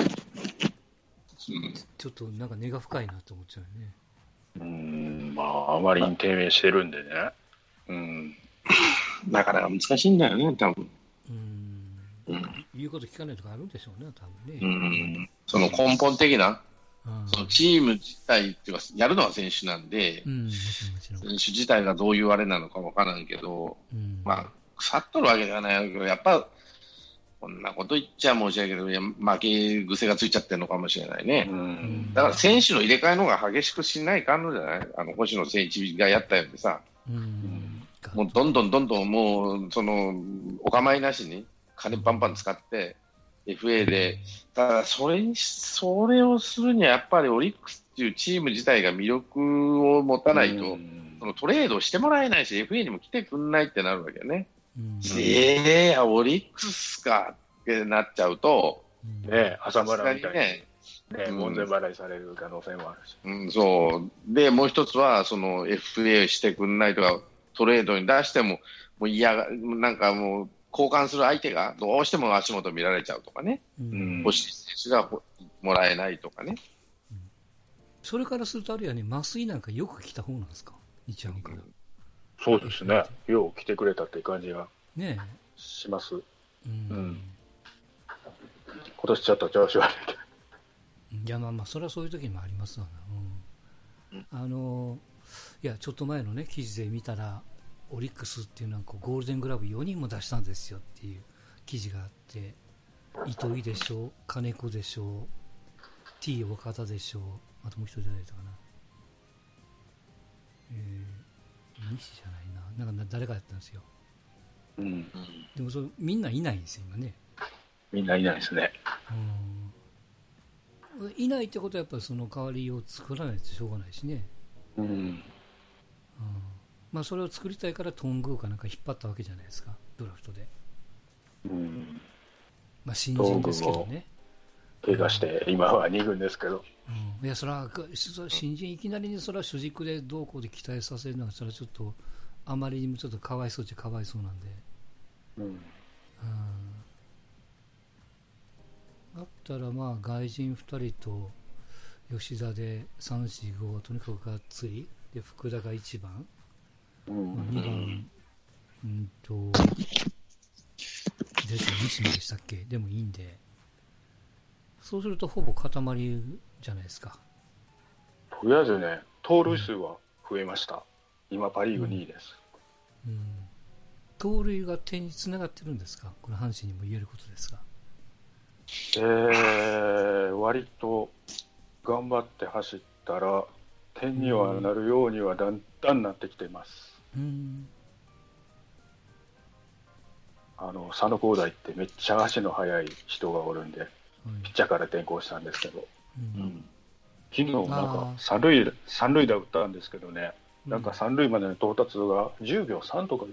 [SPEAKER 2] ん
[SPEAKER 1] ちょっとなんか根が深いなと思っちゃうよね
[SPEAKER 3] うん。まあ、あまりに低迷してるんでね。うん。
[SPEAKER 2] なかなか難しいんだよね、多分。
[SPEAKER 1] うん
[SPEAKER 2] うん
[SPEAKER 1] 言うこと聞かないとかあるんでしょうね多分
[SPEAKER 2] う
[SPEAKER 1] ね、
[SPEAKER 2] ん。その根本的な、
[SPEAKER 1] うん
[SPEAKER 2] そのチーム自体っていうか、やるのは選手なんで
[SPEAKER 1] う、ん、もちろんもちろん、
[SPEAKER 2] 選手自体がどういうあれなのかわからんけど、
[SPEAKER 1] うん
[SPEAKER 2] まあ、腐っとるわけではないけど、やっぱ、こんなこと言っちゃ申し訳ないけどいや、負け癖がついちゃってるのかもしれないね
[SPEAKER 3] う。ん。
[SPEAKER 2] だから選手の入れ替えの方が激しくしないかんのじゃないあの、星野誠一がやったようにさ、
[SPEAKER 1] うん
[SPEAKER 2] もうどんどんどんどんもう、その、お構いなしに金パンパン使って、FA で、ただそれに、それをするにはやっぱりオリックスっていうチーム自体が魅力を持たないと、そのトレードしてもらえないし、FA にも来てくんないってなるわけよね。
[SPEAKER 1] うん
[SPEAKER 2] ええオリックスかってなっちゃうと、
[SPEAKER 1] うん
[SPEAKER 3] ねえ、朝原み
[SPEAKER 2] さ
[SPEAKER 3] た
[SPEAKER 2] すがに
[SPEAKER 3] い
[SPEAKER 2] ね
[SPEAKER 3] にね、
[SPEAKER 2] うん
[SPEAKER 3] 門前払いされる可能性もあるし。
[SPEAKER 2] うん、そう。で、もう一つは、その FA してくんないとか、トレードに出しても、もう嫌が、なんかもう、交換する相手がどうしても足元見られちゃうとかね、
[SPEAKER 1] うん
[SPEAKER 2] 欲しい選手がほもらえないとかね、
[SPEAKER 1] それからするとあれやね麻酔なんかよく来た方なんですか日ハムから
[SPEAKER 3] そうですね。よう来てくれたって感じが
[SPEAKER 1] ね
[SPEAKER 3] します。
[SPEAKER 1] え
[SPEAKER 3] うん今年ちょっと調子悪いけど。
[SPEAKER 1] いやまあまあそれはそういう時もありますわな、うん
[SPEAKER 2] うん
[SPEAKER 1] あのいやちょっと前のね記事で見たらオリックスっていうのはこうゴールデングラブ4人も出したんですよっていう記事があって糸井でしょう金子でしょう T 岡田でしょうあともう一人誰だったかなえー、西じゃないななんかな誰かやったんですよ
[SPEAKER 3] うん。
[SPEAKER 1] でもそれみんないないんですよ今ね
[SPEAKER 3] みんないないですね。
[SPEAKER 1] うんいないってことはやっぱりその代わりを作らないとしょうがないしね、
[SPEAKER 3] うん。
[SPEAKER 1] うんまあ、それを作りたいから頓宮かなんか引っ張ったわけじゃないですかドラフトで、
[SPEAKER 3] うん。
[SPEAKER 1] まあ、新人ですけどね、
[SPEAKER 3] 怪我して、今は2軍ですけど。
[SPEAKER 1] うん、いやそれはそら新人いきなりにそれは主軸でどうこうで期待させるのはそれはちょっとあまりにもちょっとかわいそうっちゃかわいそうなんで、
[SPEAKER 3] うん。
[SPEAKER 1] うんだったらまあ外人2人と吉田で345はとにかくがっつりで福田が1番、
[SPEAKER 3] う
[SPEAKER 1] まあ、
[SPEAKER 3] ん。
[SPEAKER 1] 2番うんと出て西野でしたっけでもいいんでそうするとほぼ塊じゃないですか
[SPEAKER 3] とりあえずね、盗塁数は増えました。今、パ・リーグ2位です。
[SPEAKER 1] うん盗塁が点につながってるんですかこれ阪神にも言えることですが
[SPEAKER 3] えー、割と頑張って走ったら、点にはなるようにはだんだんなってきてます。
[SPEAKER 1] うん
[SPEAKER 3] あの佐野光大ってめっちゃ足の速い人がおるんで、
[SPEAKER 1] はい
[SPEAKER 3] ピッチャーから転向したんですけど、
[SPEAKER 1] うん
[SPEAKER 3] 昨日なん
[SPEAKER 1] あ
[SPEAKER 3] か
[SPEAKER 1] ー
[SPEAKER 3] 三塁三塁打打ったんですけどね、なんか三塁までの到達が10秒3とか、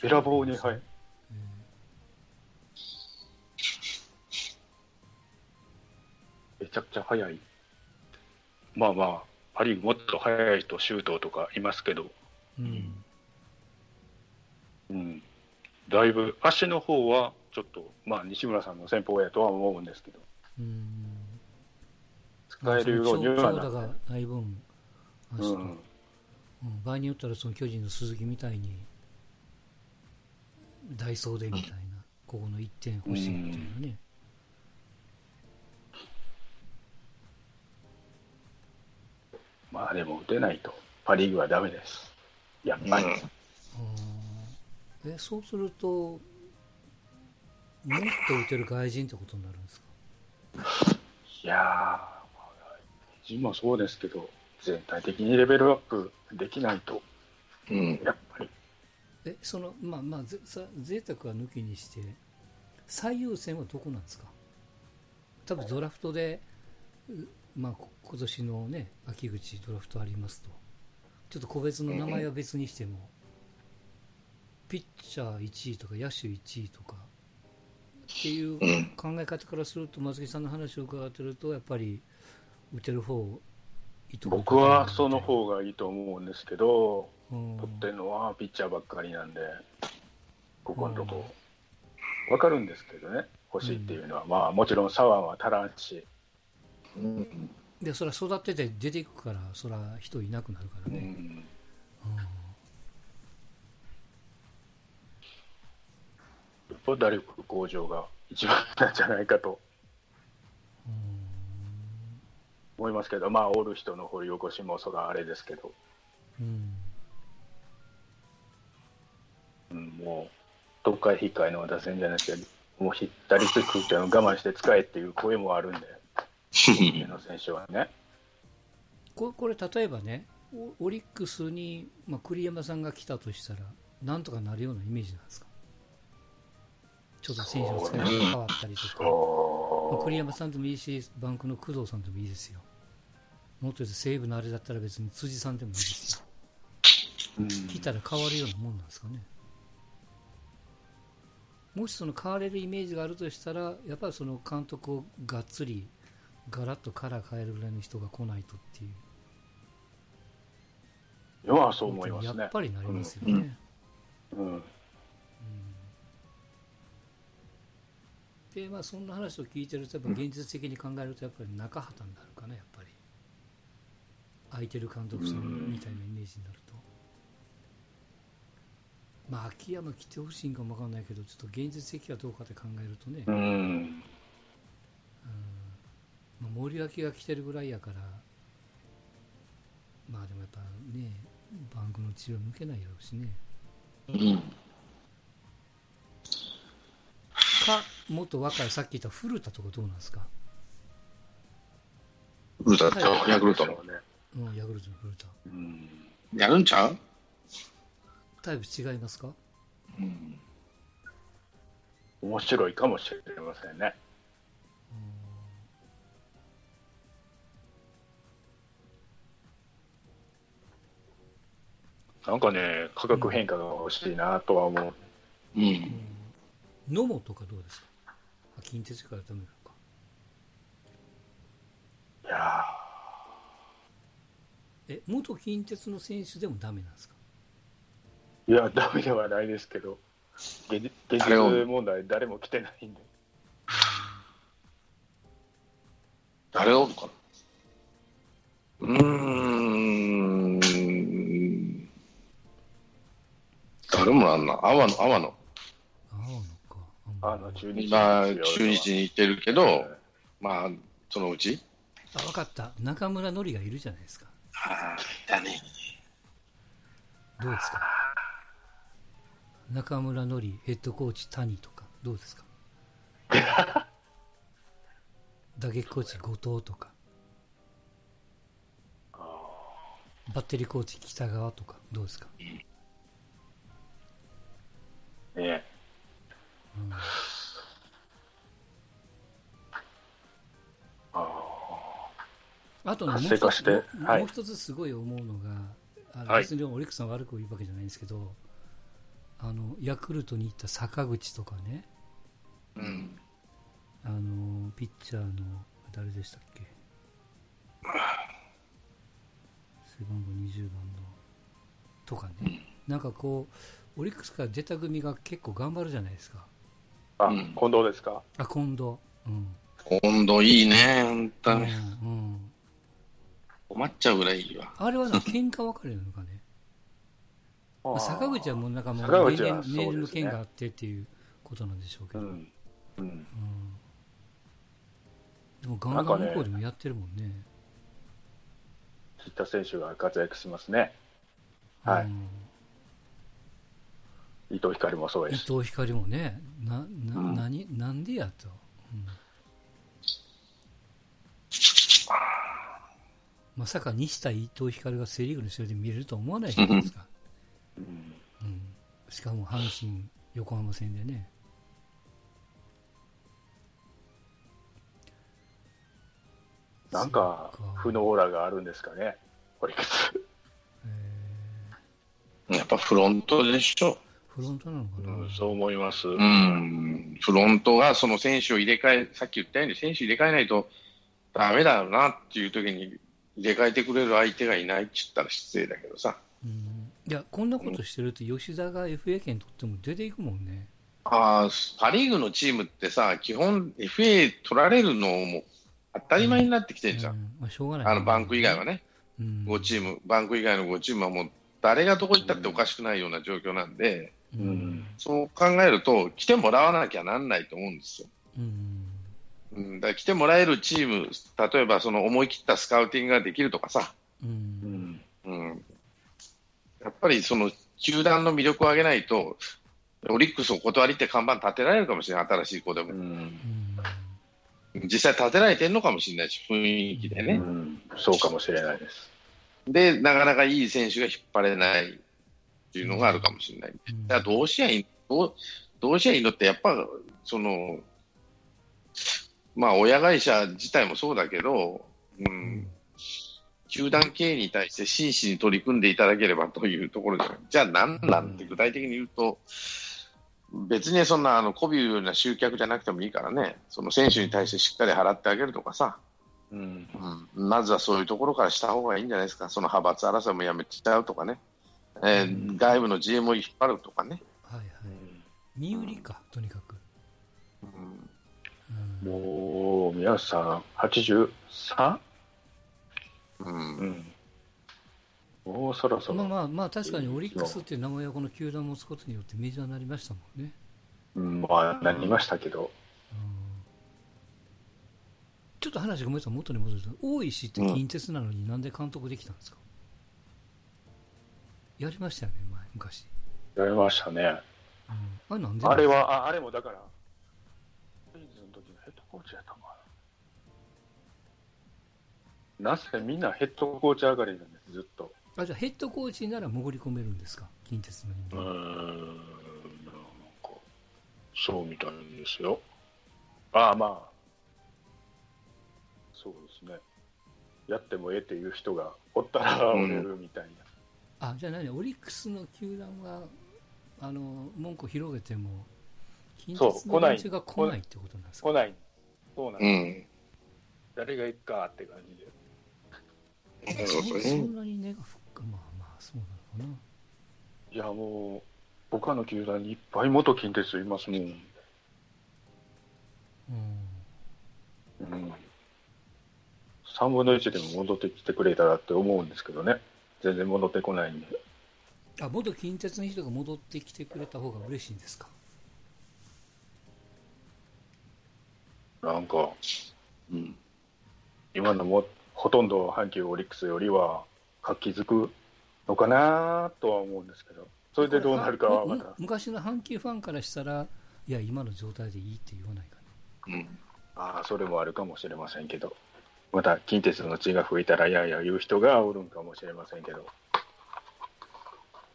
[SPEAKER 3] べらぼうに、はい、めちゃくちゃ速い。まあまあ、パ・リーグもっと速い人、周東とかいますけど、
[SPEAKER 1] うん
[SPEAKER 3] うん、だいぶ足の方はちょっと、まあ、西村さんの戦法やとは思うんですけど、
[SPEAKER 1] うん、
[SPEAKER 3] 使えるようには
[SPEAKER 1] 長
[SPEAKER 3] な
[SPEAKER 1] 打
[SPEAKER 3] っ
[SPEAKER 1] が
[SPEAKER 3] て。
[SPEAKER 1] ない分、あ
[SPEAKER 3] う
[SPEAKER 1] そうか
[SPEAKER 3] ん
[SPEAKER 1] うん場合によったらその巨人の鈴木みたいにダイソーでみたいな、ここの1点欲しいみたいなね、
[SPEAKER 3] まあでも打てないと、パ・リーグはダメです。やっぱり。
[SPEAKER 1] うんえそうするともっと打てる外人ってことになるんですか
[SPEAKER 3] いやー、まあ自分もそうですけど、全体的にレベルアップできないと、
[SPEAKER 2] うん。
[SPEAKER 3] やっぱり、
[SPEAKER 1] えそのまあまあぜさ贅沢は抜きにして最優先はどこなんですか多分ドラフトで、うまあ、こ今年のね秋口ドラフトありますとちょっと個別の名前は別にしても、ピッチャー1位とか野手1位とかっていう
[SPEAKER 2] うん。
[SPEAKER 1] 考え方からすると松木さんの話を伺ってるとやっぱり打てる方いいとこ
[SPEAKER 3] 僕はその方がいいと思うんですけど、
[SPEAKER 1] うん
[SPEAKER 3] 取ってるのはピッチャーばっかりなんで、ここのとこ、わかるんですけどね、欲しいっていうのは、まあもちろん左腕は足らんし、
[SPEAKER 2] うん
[SPEAKER 1] でそれは育ってて出ていくからそれは人いなくなるから
[SPEAKER 3] う
[SPEAKER 1] ね、
[SPEAKER 3] ん、よっぽど打力向上が一番なんじゃないかと思いますけど、まあ、おる人の掘り起こしもそらあれですけど、
[SPEAKER 1] うんうん
[SPEAKER 3] うん、もう、東海非会の打線じゃないですけど、もう、打率低いっていうのを我慢して使えっていう声もあるんで、
[SPEAKER 2] [laughs]
[SPEAKER 3] 上野選手はね。
[SPEAKER 1] ここれ例えばねオオリックスに、まあ、栗山さんが来たとしたらなんとかなるようなイメージなんですかちょっと選手の使い方が変わったりとか、まあ
[SPEAKER 3] お
[SPEAKER 1] 栗山さんでもいいしバンクの工藤さんでもいいですよもっと言うと西武のあれだったら別に辻さんでもいいですよ
[SPEAKER 3] うん、
[SPEAKER 1] 来たら変わるようなもんなんですかねもしその変われるイメージがあるとしたらやっぱりその監督をがっつりガラッとカラー変えるぐらいの人が来ないとっていう
[SPEAKER 3] 要はそう思います
[SPEAKER 1] や
[SPEAKER 3] ね
[SPEAKER 1] っ。ぱりなりますよね、
[SPEAKER 2] うん
[SPEAKER 3] うん、
[SPEAKER 1] でまあそんな話を聞いてるとやっぱ現実的に考えるとやっぱり中畑になるかなやっぱり空いてる監督さんみたいなイメージになると、まあ秋山来てほしいんかもわかんないけどちょっと現実的はどうかって考えるとね、
[SPEAKER 3] うん、
[SPEAKER 1] まあ、森脇が来てるぐらいやからまあでもやっぱねバンクの血は抜けないやろうしね
[SPEAKER 2] うん。
[SPEAKER 1] かもっと若いさっき言った古田とかどうなんですか
[SPEAKER 2] 古田ってヤクルトの。
[SPEAKER 3] そうね
[SPEAKER 1] うん、ヤクルトの古田。
[SPEAKER 3] うん、
[SPEAKER 2] やるんちゃう
[SPEAKER 1] タイプ違いますか
[SPEAKER 2] うん。
[SPEAKER 3] 面白いかもしれませんね。なんかね、価格変化が欲しいなとは思う。
[SPEAKER 2] うん。
[SPEAKER 1] 野茂とかどうですかあ近鉄からダメなのか。
[SPEAKER 3] いや
[SPEAKER 1] え、元近鉄の選手でもダメなんですか
[SPEAKER 3] ー、いや、ダメではないですけど、現実現
[SPEAKER 2] 誰を
[SPEAKER 3] 実問題、誰も来てないんで。
[SPEAKER 2] 誰がおるかなうーん。誰もなんな。阿波野、阿波野。
[SPEAKER 1] 青野か。
[SPEAKER 3] あの中日
[SPEAKER 2] 今、中日に行ってるけど、まあ、そのうち。
[SPEAKER 1] あ、わかった。中村のりがいるじゃないですか。
[SPEAKER 2] ああ、だね。
[SPEAKER 1] どうですか中村のり、ヘッドコーチ谷とか、どうです [laughs] か打撃コーチ後藤とか、バッテリーコーチ北川とか、どうですか
[SPEAKER 3] ね
[SPEAKER 1] あとね、もう
[SPEAKER 3] 活性
[SPEAKER 1] 一
[SPEAKER 3] 化
[SPEAKER 1] つ
[SPEAKER 3] して
[SPEAKER 1] も
[SPEAKER 3] はい
[SPEAKER 1] もう一つすごい思うのが、あの
[SPEAKER 3] はい
[SPEAKER 1] 別にオリックスさん悪く言うわけじゃないんですけど、あのヤクルトに行った坂口とかね、
[SPEAKER 2] うん。
[SPEAKER 1] あのピッチャーの誰でしたっけ、背番号20番のとかね、なんかこう、オリックスから出た組が結構頑張るじゃないですか、
[SPEAKER 3] あ、
[SPEAKER 2] うん
[SPEAKER 3] 近藤ですか
[SPEAKER 1] あ近藤、うん、
[SPEAKER 2] 今度いいね、本当に。
[SPEAKER 1] うんうん
[SPEAKER 2] 困っちゃうぐらいいいわ。
[SPEAKER 1] あれはなんか喧嘩別れなのか
[SPEAKER 3] [laughs]
[SPEAKER 1] ね。まあ、坂口はもうなんかもう
[SPEAKER 3] 坂
[SPEAKER 1] 名
[SPEAKER 3] 口
[SPEAKER 1] 言
[SPEAKER 3] はそうですね
[SPEAKER 1] メールの件があってっていうことなんでしょうけ
[SPEAKER 3] う
[SPEAKER 1] ど、
[SPEAKER 3] ん、うん、
[SPEAKER 1] でもガンガン向こうでもやってるもんね。
[SPEAKER 3] ヒッター選手が活躍しますね。はい
[SPEAKER 1] うん
[SPEAKER 3] 伊藤光もそう
[SPEAKER 1] 伊
[SPEAKER 3] やし、
[SPEAKER 1] 藤光もね、な、な、
[SPEAKER 2] うん
[SPEAKER 1] 何、なんでやと。うんまさか西田伊藤光がセリーグの試合で見れるとは思わないじゃないです
[SPEAKER 2] [laughs]
[SPEAKER 1] か。
[SPEAKER 3] うん
[SPEAKER 1] うん。しかも阪神、横浜戦でね。
[SPEAKER 3] なんか
[SPEAKER 1] そっか
[SPEAKER 3] 負のオーラがあるんですかね、オリックス。
[SPEAKER 1] え
[SPEAKER 2] やっぱフロントでしょ。
[SPEAKER 1] ーフロントなのかな。
[SPEAKER 3] うん、そう思います。
[SPEAKER 2] うん。フロントがその選手を入れ替え、さっき言ったように選手入れ替えないとダメだろうなっていう時に入れ替えてくれる相手がいないって言ったら失礼だけどさ。
[SPEAKER 1] うんいや、こんなことしてると、吉田が FA 権取っても出ていくもんね。
[SPEAKER 2] ああ、パリーグのチームってさ、基本 FA 取られるのも当たり前になってきてるじゃ。
[SPEAKER 1] うんんまあ、しょうがない。
[SPEAKER 2] あのバンク以外はね、
[SPEAKER 1] うん、
[SPEAKER 2] 5チーム、バンク以外の5チームはもう誰がどこ行ったっておかしくないような状況なんで、
[SPEAKER 1] う
[SPEAKER 3] うんん。
[SPEAKER 2] そう考えると、来てもらわなきゃなんないと思うんですよ。
[SPEAKER 1] うん。
[SPEAKER 2] うん、だから来てもらえるチーム、例えばその思い切ったスカウティングができるとかさ、
[SPEAKER 1] う。
[SPEAKER 3] うんん
[SPEAKER 2] うん、やっぱりその球団の魅力を上げないと、オリックスお断りって看板立てられるかもしれない、新しい子で
[SPEAKER 3] う
[SPEAKER 2] も。
[SPEAKER 3] ん
[SPEAKER 1] うん
[SPEAKER 2] 実際立てられてるのかもしれないし、雰囲気で
[SPEAKER 3] う
[SPEAKER 2] ね。
[SPEAKER 3] んそうかもしれないです。
[SPEAKER 2] で、なかなかいい選手が引っ張れないっていうのがあるかもしれない。
[SPEAKER 1] うん
[SPEAKER 2] だからどうしやいいどうどうしやいいのって、やっぱその、まあ、親会社自体もそうだけど、うん
[SPEAKER 1] うん
[SPEAKER 2] 球団経営に対して真摯に取り組んでいただければ [laughs] というところじゃない、じゃあ、なんなんって具体的に言うと、別にそんなあの媚びるような集客じゃなくてもいいからね、その選手に対してしっかり払ってあげるとかさ、
[SPEAKER 3] うん
[SPEAKER 2] うん、まずはそういうところからした方がいいんじゃないですか、その派閥争いもやめちゃうとかね、えー
[SPEAKER 3] うん
[SPEAKER 2] 外部の GM を引っ張るとかね。
[SPEAKER 1] はいはい。身売りか、とにかく。
[SPEAKER 2] うん
[SPEAKER 1] うん
[SPEAKER 3] もう、皆さん、83?
[SPEAKER 2] うん
[SPEAKER 3] うん。もうそろそ
[SPEAKER 1] ま
[SPEAKER 3] ろ。
[SPEAKER 1] あまあまあ、確かにオリックスっていう名前はこの球団を持つことによってメジャーになりましたもんね。
[SPEAKER 3] うんまあ、なりましたけど。
[SPEAKER 1] うんちょっと話ごめんなさい、元に戻ると、大石って近鉄なのになんで監督できたんですか、やりましたよね、前、昔。
[SPEAKER 3] やりましたね。
[SPEAKER 1] うん、あれなんで
[SPEAKER 3] あれは、ああれもだから、クイズの時のヘッドコーチやったのかな。なぜみんなヘッドコーチ上がりなんです、ずっと。
[SPEAKER 1] あじゃあヘッドコーチなら潜り込めるんですか、近鉄の
[SPEAKER 3] う
[SPEAKER 1] 人
[SPEAKER 3] ー
[SPEAKER 1] 間、
[SPEAKER 3] ん、なんか、そうみたいですよ。ああ、まあ、そうですね。やってもええっていう人がおったら
[SPEAKER 2] うん
[SPEAKER 3] 折れるみたいな。
[SPEAKER 1] あじゃあ何、オリックスの球団はあの文句を広げても、近鉄
[SPEAKER 3] そう来
[SPEAKER 1] の
[SPEAKER 3] ない
[SPEAKER 1] 連中が来ないってことなんですか
[SPEAKER 3] 来ない。そうなん
[SPEAKER 2] う
[SPEAKER 3] です、
[SPEAKER 2] ん
[SPEAKER 3] 誰がいっかって感じで。 [laughs]
[SPEAKER 2] そ
[SPEAKER 1] そ
[SPEAKER 2] うそうう
[SPEAKER 1] そ
[SPEAKER 2] ね
[SPEAKER 1] んなに根が深く、まあまあ、そうなのか
[SPEAKER 3] いや、もう、他の球団にいっぱい元近鉄いますもん。
[SPEAKER 1] な。うん
[SPEAKER 3] うん。3分の1でも戻ってきてくれたらって思うんですけどね。全然戻ってこないんで。
[SPEAKER 1] あ元近鉄の人が戻ってきてくれた方が嬉しいんですか
[SPEAKER 3] なんか、
[SPEAKER 2] うん
[SPEAKER 3] 今のもほとんど阪急オリックスよりは活気づくのかなとは思うんですけど、それでどうなるかはま
[SPEAKER 1] む
[SPEAKER 3] た、
[SPEAKER 1] 昔の阪急ファンからしたら、いや、今の状態でいいって言わないかね。
[SPEAKER 2] うん
[SPEAKER 3] ああそれもあるかもしれませんけど、また近鉄の血が吹いたら、いやいや言う人がおるんかもしれませんけど、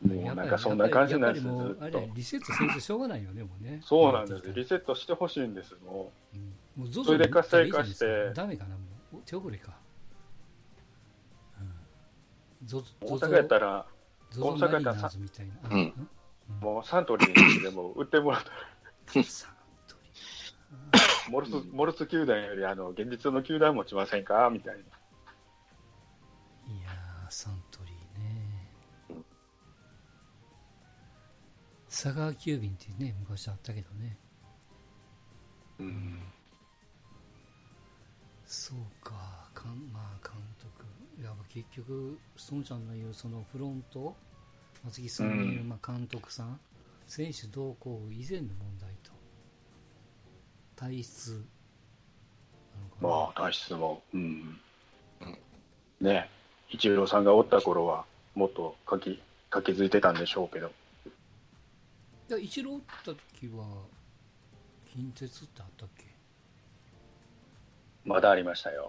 [SPEAKER 3] もうなんかそんな感じなんです
[SPEAKER 1] やっぱ
[SPEAKER 3] よ
[SPEAKER 1] り、
[SPEAKER 3] ず
[SPEAKER 1] やっぱりもうあ
[SPEAKER 3] っと
[SPEAKER 1] れ、。リセットせんとしょうがないよね、もうね。
[SPEAKER 3] そうなんです、
[SPEAKER 1] リ
[SPEAKER 3] リ
[SPEAKER 1] セ
[SPEAKER 3] セットしてほしいんです、も
[SPEAKER 1] もうゾ
[SPEAKER 3] それで活性化して
[SPEAKER 1] ダメかな、もう。お手遅れか。うんゾ
[SPEAKER 3] う、
[SPEAKER 1] ゾ
[SPEAKER 3] 大
[SPEAKER 1] ゾ
[SPEAKER 3] 阪やったら、
[SPEAKER 1] ゾゾ
[SPEAKER 3] 大阪や
[SPEAKER 1] マ
[SPEAKER 3] っ
[SPEAKER 1] リ
[SPEAKER 3] たら
[SPEAKER 1] ナーズみたいな。
[SPEAKER 2] うん
[SPEAKER 1] あ
[SPEAKER 3] もうサントリーでも売ってもらったら、
[SPEAKER 1] サントリー
[SPEAKER 3] モルスモルス球団よりあの現実の球団持ちませんかみたいな。
[SPEAKER 1] いやー、サントリーね。佐川急便ってね、昔あったけどね。そうか、かんまあ、監督。いや結局、孫ちゃんの言うそのフロント、松木さんの言う、
[SPEAKER 3] うん
[SPEAKER 1] まあ、監督さん、選手同行以前の問題と、体質なのかな。
[SPEAKER 3] まあ、体質も。うん。ねえ、一郎さんがおった頃は、もっと書き、書きづいてたんでしょうけど。
[SPEAKER 1] いや、一郎打った時は、近鉄ってあったっけ
[SPEAKER 3] まだありましたよ。